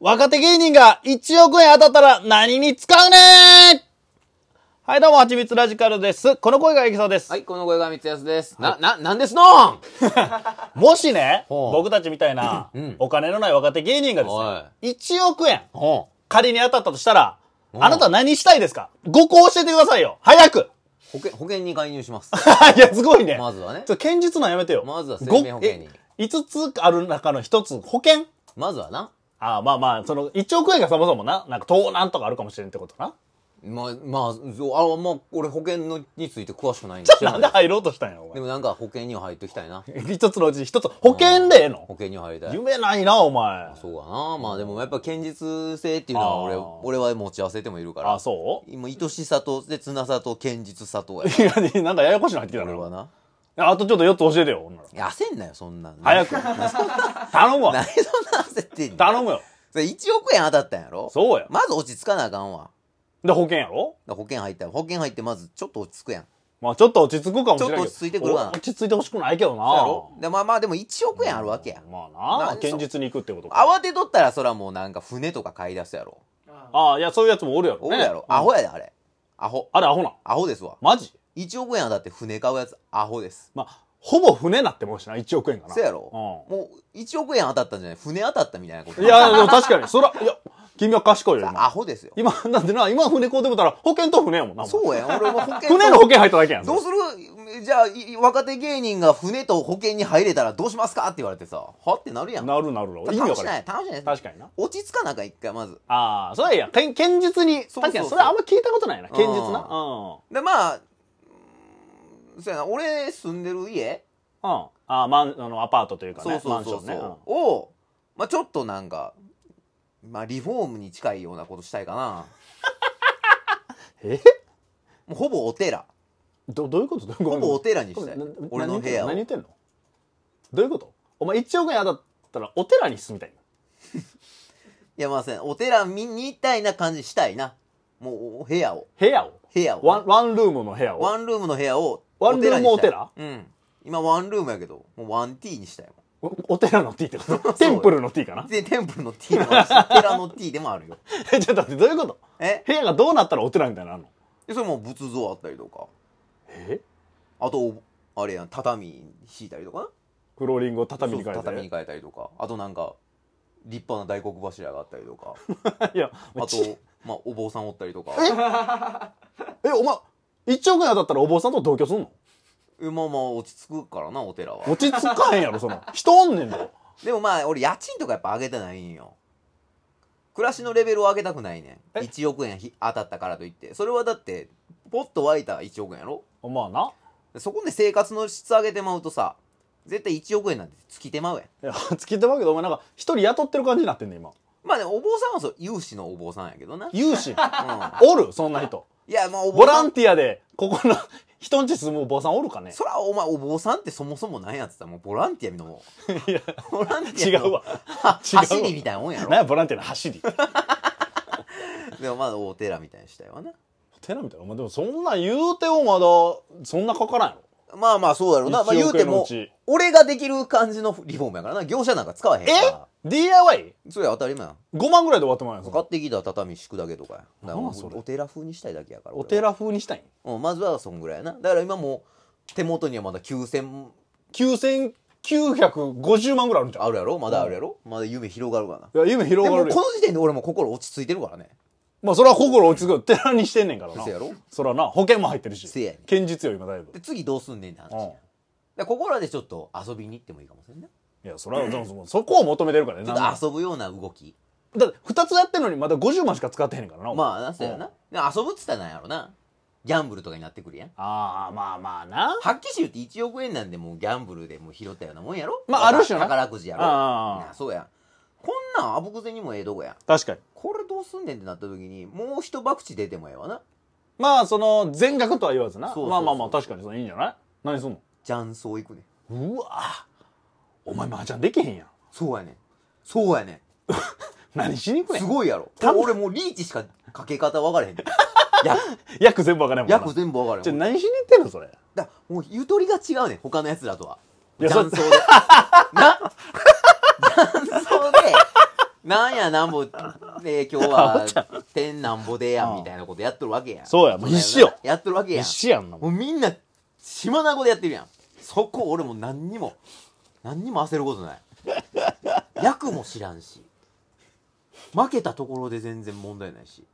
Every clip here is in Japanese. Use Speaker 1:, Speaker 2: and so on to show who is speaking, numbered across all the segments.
Speaker 1: 若手芸人が1億円当たったら何に使うねはい、どうも、はちみつラジカルです。この声がエキサです。
Speaker 2: はい、この声が三つやすです。な、な、なんですのん
Speaker 1: もしね、
Speaker 2: ほう
Speaker 1: 僕たちみたいな、
Speaker 2: ん
Speaker 1: お金のない若手芸人がですね、1億円
Speaker 2: お
Speaker 1: 仮に当たったとしたら、
Speaker 2: ん
Speaker 1: あなた何したいですかごこう教えてくださいよ早く
Speaker 2: 保険、保険に介入します。
Speaker 1: いや、すごいね。
Speaker 2: まずはね
Speaker 1: ちょ、堅実なんやめてよ。
Speaker 2: まずは生命保険に
Speaker 1: ご。え5つある中の1つ、保険
Speaker 2: まずはな。
Speaker 1: ああ、まあまあ、その、1億円がそもそもな、なんか盗難とかあるかもしれんってことな。
Speaker 2: まあ、まあ、そうあ、まあ、俺保険のについて詳しくないんで知ら
Speaker 1: な
Speaker 2: なんい
Speaker 1: で
Speaker 2: です。
Speaker 1: 入ろうとしたんや、お前
Speaker 2: で。もなんか保険には入ってきたいな。
Speaker 1: 一つのうち一つ、保険でええ
Speaker 2: 保
Speaker 1: の
Speaker 2: 険には入りたい。
Speaker 1: 夢ないな、お前。
Speaker 2: そうかな。まあでもやっぱ堅実性っていうのは俺、
Speaker 1: あー
Speaker 2: 俺は持ち合わせてもいるから
Speaker 1: あ、。そう
Speaker 2: 今、愛しさと、切なさと、堅実さとや。
Speaker 1: いや、なんだ、ややこしいの入ってきた
Speaker 2: 俺 は
Speaker 1: な。
Speaker 2: な。
Speaker 1: あとちょっと4つ教えてよ、ほんなら
Speaker 2: いや焦んなよ、そんなん。
Speaker 1: 早
Speaker 2: く。
Speaker 1: く。頼むわ
Speaker 2: 何。そんな焦ってんの
Speaker 1: 頼むよ。
Speaker 2: ?1 億円当たったんやろ
Speaker 1: そうや。
Speaker 2: まず落ち着かなあかんわ。
Speaker 1: で、保険やろ
Speaker 2: だから保険入ったら保険入ってまずちょっと落ち着くやん
Speaker 1: まあちょっと落ち着くかもしれないけど。
Speaker 2: ちょっと落ち着いてくるわな
Speaker 1: お落ち着いてほしくないけどな。
Speaker 2: そうやろでまあまあでも1億円あるわけやん、
Speaker 1: まあな、
Speaker 2: なんでそ
Speaker 1: 現実に行くってことか。
Speaker 2: 慌てとったらそらもうなんか船とか買い出すやろ
Speaker 1: ああ、いや、そういうやつもおるやろ。
Speaker 2: おるやろ、
Speaker 1: ね
Speaker 2: アホやであれアホ
Speaker 1: あれ、アホな。
Speaker 2: アホですわ
Speaker 1: マジ
Speaker 2: 1億円はだって船買うやつアホです
Speaker 1: まあ、ほぼ船なってもうしな、1億円かな。
Speaker 2: そやろ、もう1億円当たったんじゃない船当たったみたいなこと
Speaker 1: うん。いや、でも確かに、そら、いや、君は賢いよ、今
Speaker 2: ア。ホですよ
Speaker 1: 今、なんでな、今船こうてもたら、保険と船やもんな。う。
Speaker 2: そうやん俺も保 険と
Speaker 1: 船の保険入っただけやん。
Speaker 2: どうするじゃあい若手芸人が船と保険に入れたらどうしますかって言われてさはってなるやん
Speaker 1: なるなるな。意味わ
Speaker 2: 楽
Speaker 1: か
Speaker 2: し
Speaker 1: ら
Speaker 2: な
Speaker 1: へん
Speaker 2: い。楽しない
Speaker 1: 確かにな。
Speaker 2: 落ち着かなあかん一回まず
Speaker 1: ああ、そうやいや、堅堅実に。
Speaker 2: そうそうそう
Speaker 1: 確かに、それあんま聞いたことないな。堅実な。
Speaker 2: う
Speaker 1: うん。
Speaker 2: でまあうーんそうやな俺住んでる家
Speaker 1: うん。ああ、マン、あの、アパートというか
Speaker 2: そう
Speaker 1: ね、
Speaker 2: そ
Speaker 1: マ
Speaker 2: う
Speaker 1: ンシ
Speaker 2: そ
Speaker 1: ョ
Speaker 2: う
Speaker 1: ン
Speaker 2: そう、
Speaker 1: ね。
Speaker 2: を、まあ、ちょっとなんか、まあ、リフォームに近いようなことしたいかな
Speaker 1: うんえ
Speaker 2: もうほぼお寺
Speaker 1: ど、どういうことどういうこと
Speaker 2: ほぼお寺にしたい
Speaker 1: な
Speaker 2: 俺の部屋を
Speaker 1: 何言ってんのどういうことお前1億円当たったらお寺に住みたいの
Speaker 2: いやまあせんお寺見に行ったいな感じしたいなもうお部屋を
Speaker 1: 部屋を
Speaker 2: 部屋を
Speaker 1: ワン、ワンルームの部屋を
Speaker 2: ワンルームの部屋を
Speaker 1: ワンルーム
Speaker 2: にしたい
Speaker 1: お寺
Speaker 2: うん今ワンルームやけどもう 1T にしたいも
Speaker 1: おお寺の T ってことテンプルの T かなん
Speaker 2: でテンプルの T もあるし寺の T でもあるよ
Speaker 1: え、ちょっと待って、どういうこと
Speaker 2: え
Speaker 1: 部屋がどうなったらお寺みたいなのあんの
Speaker 2: でそれも仏像あったりとか
Speaker 1: え
Speaker 2: あとあれやん畳敷いたりとかな
Speaker 1: フローリングを畳に変え
Speaker 2: そう畳に
Speaker 1: て。
Speaker 2: 変えたりとかあとなんか立派な大黒柱があったりと か
Speaker 1: いや、
Speaker 2: あ
Speaker 1: ち
Speaker 2: と、まあ、お坊さんおったりとか
Speaker 1: え、お前、1億円当たったらお坊さんと同居すんの
Speaker 2: えまあまあ落ち着くからなお寺は
Speaker 1: 落ち着かへんやろ、その。 人おんねんだよ。
Speaker 2: でもまあ俺家賃とかやっぱ上げてないんよ暮らしのレベルを上げたくないねん
Speaker 1: え
Speaker 2: 1億円ひ当たったからといってそれはだってポッと湧いた1億円やろ
Speaker 1: まあな。
Speaker 2: そこで生活の質上げてまうとさ絶対1億円なんて尽きてまうやん
Speaker 1: いや、つきてまうけど、お前なんか、一人雇ってる感じになってんねん、今。
Speaker 2: まあねお坊さんはそう有志のお坊さんやけどな、うん、い
Speaker 1: 有 志。おるそんな人。
Speaker 2: やまあお
Speaker 1: ボ
Speaker 2: 坊
Speaker 1: ラ
Speaker 2: さ
Speaker 1: ン
Speaker 2: ん
Speaker 1: ティアで、ここの、人んち住むお坊さんおるかね
Speaker 2: そらお前お坊さんってそもそも何やってたらもうボランティアの
Speaker 1: いや、
Speaker 2: ボランテ
Speaker 1: 違
Speaker 2: ィアの
Speaker 1: うわ。
Speaker 2: は
Speaker 1: 違うわ
Speaker 2: 走りみたいなもんやろ
Speaker 1: なんや、ボランティアの走り。
Speaker 2: でもまあお寺みたいにしたいわな
Speaker 1: 寺みたいな。お前でも、そんなん言うてもまだ、そんなかからんやろ。
Speaker 2: まあまあそうやろな、ま
Speaker 1: 1
Speaker 2: あ、言う
Speaker 1: 億
Speaker 2: て
Speaker 1: 円のう
Speaker 2: も
Speaker 1: ち
Speaker 2: 俺ができる感じのリフォームやからな業者なんか使わへんから
Speaker 1: え ?DIY?5
Speaker 2: それ当たり前やん
Speaker 1: 万ぐらいで終わってもらえん
Speaker 2: 買ってきた畳敷くだけとかやだから
Speaker 1: なん
Speaker 2: も
Speaker 1: なんそれ
Speaker 2: うお寺風にしたいだけやから
Speaker 1: お
Speaker 2: 俺は
Speaker 1: 寺風にしたいん
Speaker 2: うんまずはそんぐらいやなだから今もう手元にはまだ9000
Speaker 1: ?9950 万ぐらいあるんじゃん。
Speaker 2: あるやろまだあるやろまだ夢広がるからない
Speaker 1: や、夢
Speaker 2: で
Speaker 1: 広が
Speaker 2: も
Speaker 1: る
Speaker 2: こ
Speaker 1: よ。
Speaker 2: の時点で俺も心落ち着いてるからね
Speaker 1: まあ、それは心落ち着く。寺にしてんねんからな
Speaker 2: せ。やろ
Speaker 1: そらな、保険も入ってるし。
Speaker 2: せやねん
Speaker 1: 堅実よ、今だいぶ。
Speaker 2: で次どうすんねんって話や
Speaker 1: うん
Speaker 2: だからここらでちょっと遊びに行ってもいいかもしれんない
Speaker 1: いや、それは、でもそそこを求めてるからね。
Speaker 2: ちょ
Speaker 1: なんなら
Speaker 2: っと遊ぶような動き
Speaker 1: だって2つやってんのにまだ50万しか使ってへんねんからなお前
Speaker 2: まあなそうやな、
Speaker 1: うん
Speaker 2: で遊ぶっつったらなんやろなギャンブルとかになってくるやん
Speaker 1: ああまあまあな
Speaker 2: はっきり言って1億円なんでもうギャンブルでもう拾ったようなもんやろ
Speaker 1: まあある種な
Speaker 2: 宝くじやろ
Speaker 1: ああ
Speaker 2: なそうやこんなんあぶく銭にもええとこや
Speaker 1: 確かに
Speaker 2: これどうすんねんってなった時にもう一博打出てもええわな
Speaker 1: まあその全額とは言わずな
Speaker 2: そうそうそう
Speaker 1: まあまあまあ確かにそれいいんじゃない何すんの
Speaker 2: 雀荘行くねん
Speaker 1: うわお前麻雀できへんやん
Speaker 2: そうやねんそうやね
Speaker 1: 何しに行く
Speaker 2: ん
Speaker 1: ね
Speaker 2: す
Speaker 1: ん
Speaker 2: ごいやろ
Speaker 1: た
Speaker 2: 俺もうリーチしかかけ方分からへんねん や
Speaker 1: 役全部わからへんもんな
Speaker 2: 約全部分から
Speaker 1: ち
Speaker 2: へ
Speaker 1: ょ
Speaker 2: ん
Speaker 1: 何しに行ってんのそれ
Speaker 2: だもうゆとりが違うねん他のや つらとはい
Speaker 1: やそ
Speaker 2: 雀荘でな雀荘でなんやなんぼ、ね、今日は、天なんぼでやんみたいなことやっとるわけやん。
Speaker 1: そうやもう必死よ
Speaker 2: やっとるわけやん
Speaker 1: 一。緒やんなも
Speaker 2: も
Speaker 1: ん
Speaker 2: うみんな、島名語でやってるやん。そこ俺も何にも、何にも焦ることない。役も知らんし、負けたところで全然問題ないし、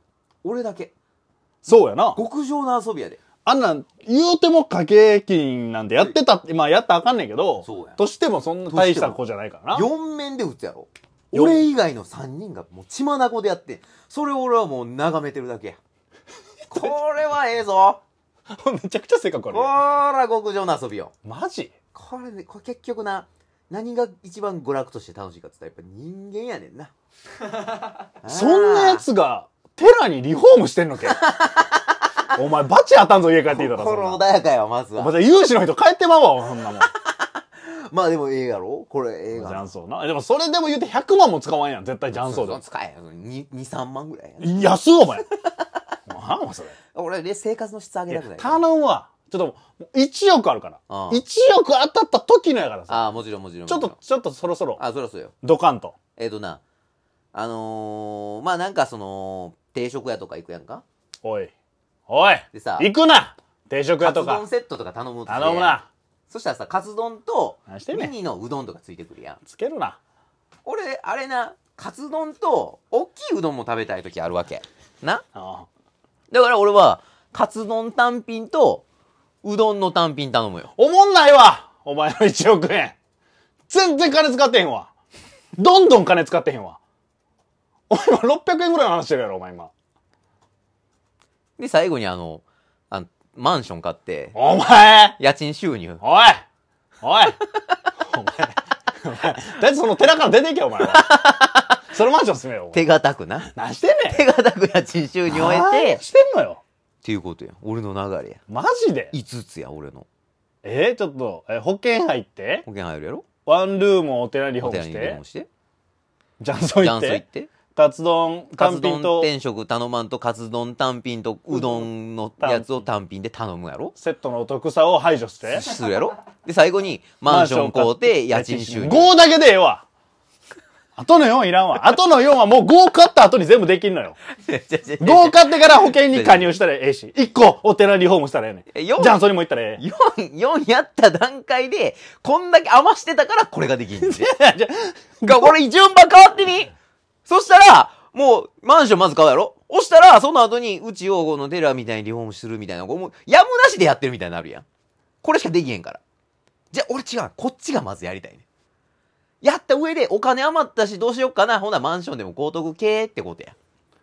Speaker 2: 俺だけ、
Speaker 1: そうやな
Speaker 2: 極上の遊びやで。
Speaker 1: あんなん言うても家計金なんてやってたってまあやったらあかんねんけど
Speaker 2: そうや
Speaker 1: としてもそんな大した子じゃないからな
Speaker 2: 4面で打つやろ。
Speaker 1: よ
Speaker 2: 俺以外の3人がもう血眼でやって、それを俺はもう眺めてるだけや。これはええぞ。
Speaker 1: めちゃくちゃ性格
Speaker 2: こ
Speaker 1: 悪いや
Speaker 2: ら、極上の遊びよ。
Speaker 1: んマジ
Speaker 2: これね、これ結局な、何が一番娯楽として楽しいかって言ったらやっぱ人間や ねんな。
Speaker 1: そんなやつが寺にリフォームしてん のけお前バチ当たんぞ家帰っていたらそんな
Speaker 2: 心穏やかやわ、まず
Speaker 1: お前
Speaker 2: は。
Speaker 1: じゃあ有志の人帰ってまうわそんなもん
Speaker 2: まあでもええやろこれええ
Speaker 1: 雀
Speaker 2: が。
Speaker 1: 荘なでもそれでも言うて100万も使わんやん絶対雀荘
Speaker 2: そう
Speaker 1: で
Speaker 2: そう使えよ。2、3万ぐらいやな。
Speaker 1: 安っお前なんお前それ
Speaker 2: 俺ね、生活の質上げたくない。
Speaker 1: 頼むわちょっともう1億あるから
Speaker 2: ああ
Speaker 1: 1億当たった時のやからさ
Speaker 2: ああ、もちろんもちろん。
Speaker 1: ちょっ
Speaker 2: も
Speaker 1: と
Speaker 2: ろん。
Speaker 1: ちょっとそろそろ
Speaker 2: あ、そりゃそうよ。
Speaker 1: ドカンと
Speaker 2: えっ、とな、あのー、まあなんかその、定食屋とか行くやんか
Speaker 1: おいおい
Speaker 2: でさ
Speaker 1: 行くな定食屋
Speaker 2: カ
Speaker 1: と
Speaker 2: ツ丼
Speaker 1: か
Speaker 2: セットとか頼むとして
Speaker 1: 頼むな
Speaker 2: そしたらさ、カツ丼と
Speaker 1: 何してんね
Speaker 2: ミ
Speaker 1: ん
Speaker 2: ニのうどんとかついてくるやん。
Speaker 1: つけるな
Speaker 2: 俺、あれな、カツ丼と、大きいうどんも食べたい時あるわけ。な
Speaker 1: ああ
Speaker 2: だから俺は、カツ丼単品と、うどんの単品頼むよ。
Speaker 1: おもんないわお前の1億円全然金使ってへんわどんどん金使ってへんわお前今600円ぐらいの話してるやろお前今
Speaker 2: で、最後にあの、あのマンション買って、
Speaker 1: お前
Speaker 2: 家賃収入。
Speaker 1: おいおいお前お前だってその寺から出ていけお前はそのマンション住めよお前
Speaker 2: 手堅く な。
Speaker 1: 何してんねん
Speaker 2: 手堅く家賃収入を得て、
Speaker 1: 何してんのよ
Speaker 2: っていうことや。俺の流れや。
Speaker 1: マジで
Speaker 2: 5つや、俺の。
Speaker 1: えー、ちょっとえ保険入って
Speaker 2: 保険入るやろ
Speaker 1: ワンルームをお寺リフォ
Speaker 2: お
Speaker 1: ーム
Speaker 2: 寺
Speaker 1: し
Speaker 2: に電
Speaker 1: て
Speaker 2: 話して。
Speaker 1: ジャンソ
Speaker 2: ジ
Speaker 1: ン行
Speaker 2: ャン
Speaker 1: っ
Speaker 2: ソ行ってて。
Speaker 1: カツ丼
Speaker 2: カ
Speaker 1: 単
Speaker 2: ツ
Speaker 1: 品と
Speaker 2: 丼定食頼まんと、カツ丼単品と、うどんのやつを単品で頼むやろ
Speaker 1: セットのお得さを排除して
Speaker 2: するやろで、最後に、マンション買うて、家賃収入。
Speaker 1: 5だけでええわ後の4いらんわ後の4はもう5買った後に全部できんのよ 5買ってから保険に加入したらええし1個お寺リフォームしたらええ
Speaker 2: え
Speaker 1: ね
Speaker 2: 四
Speaker 1: んジャンソンにも行ったらええ
Speaker 2: 4、4やった段階で、こんだけ余してたからこれができん ねん
Speaker 1: じゃ
Speaker 2: が、これ順番変わってにそしたら、もう、マンションまず買うやろ押したら、その後に、うちをこの寺みたいにリフォームするみたいな、こうもう、やむなしでやってるみたいになるやん。これしかできへんから。じゃあ、俺違う。こっちがまずやりたいねん。やった上で、お金余ったし、どうしよっかな。ほな、マンションでも高得系ってことや。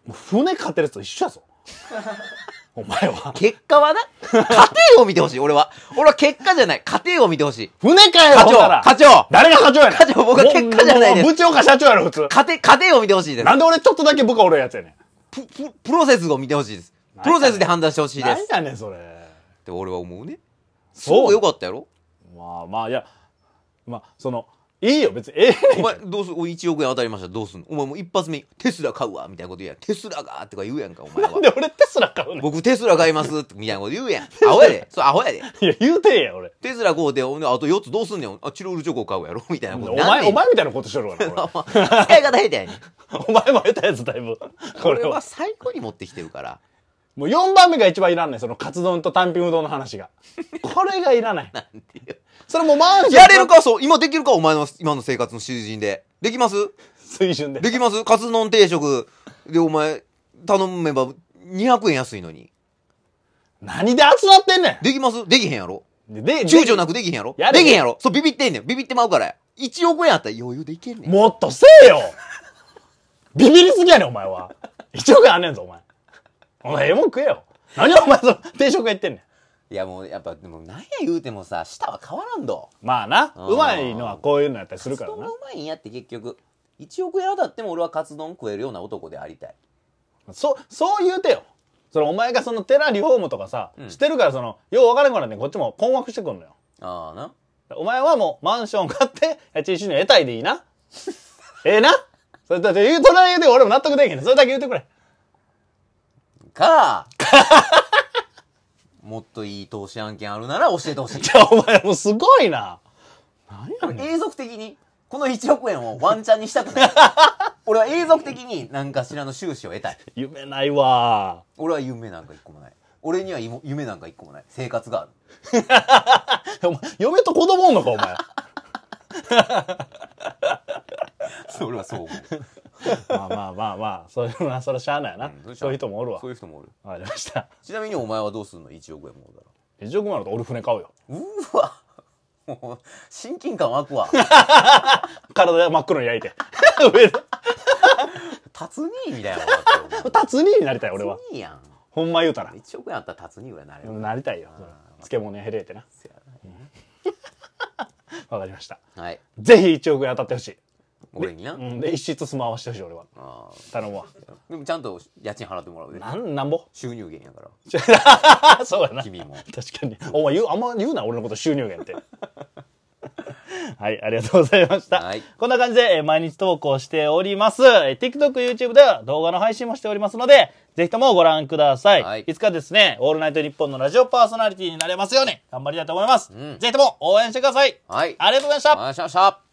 Speaker 1: もう船買ってるやつと一緒やぞ お前は
Speaker 2: 結果はな、家庭を見てほしい、俺は。俺は結果じゃない。家庭を見てほしい。
Speaker 1: 船かよ
Speaker 2: 課
Speaker 1: ほんなら
Speaker 2: 長、課長
Speaker 1: 誰が課長やねん
Speaker 2: 課長僕は結果じゃないで
Speaker 1: もうも
Speaker 2: す
Speaker 1: う部長か社長やろ普通
Speaker 2: 家庭、家庭を見てほしいです。
Speaker 1: なんで俺ちょっとだけ部下おるやつやね
Speaker 2: プププロセスを見てほしいです。プロセスで判断してほし
Speaker 1: ん
Speaker 2: いで
Speaker 1: 何
Speaker 2: す。
Speaker 1: やねんそれ
Speaker 2: って俺は思うね。す
Speaker 1: そう
Speaker 2: ごくよかったやろ
Speaker 1: まあまあいやまあそのいいよ別にええねんけ
Speaker 2: お
Speaker 1: ど
Speaker 2: 前、どうするおい1億円当たりました。どうすんのお前もう一発目、テスラ買うわ、みたいなこと言うやん。テスラがとか言うやんか、お前
Speaker 1: なん
Speaker 2: は。
Speaker 1: で俺テスラ買うねん
Speaker 2: 僕テスラ買います、みたいなこと言うやん。アホやで。そう、アホやで。
Speaker 1: いや言うてえや俺
Speaker 2: テスラ買うて、ほんであと4つどうすんねん。あ、チロルチョコ買うやろみたいなこと。
Speaker 1: お前お
Speaker 2: なん
Speaker 1: 前みたいなことしとるわな
Speaker 2: でん お前使い方下手 やねん。
Speaker 1: 俺お前も得たやつだいぶこ
Speaker 2: これ
Speaker 1: れ
Speaker 2: は
Speaker 1: は
Speaker 2: 最高に持ってきてるから。
Speaker 1: もう4番目が一番いらんねんそのカツ丼と単品うどんの話 がこれがいらない
Speaker 2: なんていう
Speaker 1: それもうマンション
Speaker 2: やれるか、そう。今できるか、お前の今の生活の囚人で。できます
Speaker 1: 水準で
Speaker 2: できますカツ丼定食でお前頼めば200円安いのに。
Speaker 1: 何で集まってんね
Speaker 2: できますできへんやろ
Speaker 1: んでで
Speaker 2: 躊躇なくできへんやろ
Speaker 1: やれ
Speaker 2: で
Speaker 1: へん
Speaker 2: きへんやろそうビビってんねん。ビビってまうからや。1億円あったら余裕でいけんねん。
Speaker 1: もっとせえよビビりすぎやねんお前は1億円あんねんぞお前お前ええもん食えよ何をお前その定食屋行ってんねん
Speaker 2: いやもうやっぱ、でもなんや言うてもさ、舌は変わらんど。
Speaker 1: まあな
Speaker 2: うん
Speaker 1: うまいのはこういうのやったりす
Speaker 2: カ
Speaker 1: る
Speaker 2: ツ
Speaker 1: から
Speaker 2: 丼が
Speaker 1: な
Speaker 2: うまいんやって結局。1億円当たっても俺はカツ丼食えるような男でありたい。
Speaker 1: そそう言うてよそれお前がその寺リフォームとかさ、してるからそのよう分からんからねこっちも困惑してくんのよ
Speaker 2: ああな。
Speaker 1: お前はもうマンション買って家賃収入得たいでいいな ええなそれだって言うとら言うて俺も納得できへんねんそれだけ言うてくれ
Speaker 2: かもっといい投資案件あるなら教えてほしい。
Speaker 1: じゃあお前もうすごいな何やねん
Speaker 2: 永続的にこの1億円をワンチャンにしたくない俺は永続的に何かしらの収支を得たい。
Speaker 1: 夢ないわ
Speaker 2: 俺は夢なんか一個もない。俺には夢夢なんか一個もない。生活がある。
Speaker 1: お前嫁と子供おんのかお 前
Speaker 2: そう俺はそう思う。
Speaker 1: まあまあまあまあそういうのはそれはしゃあないよな、
Speaker 2: う ん
Speaker 1: そういう人もおるわ
Speaker 2: そういう人もおる。
Speaker 1: わかりました
Speaker 2: ちなみにお前はどうすんの ?1 億円もおるだろ。
Speaker 1: 1億万だと俺船買うよ
Speaker 2: うーわもう、親近感湧くわ。
Speaker 1: 体真っ黒に焼いて 上で
Speaker 2: 達人みたいな。
Speaker 1: 立つになりたい俺は
Speaker 2: 達人やん。
Speaker 1: ほんま言うたら
Speaker 2: 1億円あったら達人ぐらいになれる。
Speaker 1: なりたいよそら漬物屋減れってな
Speaker 2: せや
Speaker 1: わかりました
Speaker 2: なはい。
Speaker 1: ぜひ1億円当たってほしい
Speaker 2: 俺にな。
Speaker 1: うんで一室住まわしてほしい俺は
Speaker 2: あ
Speaker 1: 頼むわ
Speaker 2: ーでもちゃんと家賃払ってもらうで。
Speaker 1: なんなん ぼ
Speaker 2: 収入源やから。
Speaker 1: そうやな
Speaker 2: 君も。
Speaker 1: 確かにお前言うあんま言うな俺のこと収入源ってはいありがとうございました、
Speaker 2: はい
Speaker 1: こんな感じでえー毎日投稿しておりますえー TikTokYouTube では動画の配信もしておりますのでぜひともご覧ください、
Speaker 2: はい
Speaker 1: い、つかですね「オールナイトニッポン」のラジオパーソナリティになれますように頑張りたいと思います、
Speaker 2: うん
Speaker 1: ぜひとも応援してください、
Speaker 2: はい。あり
Speaker 1: ありがとうございました
Speaker 2: がとうございました。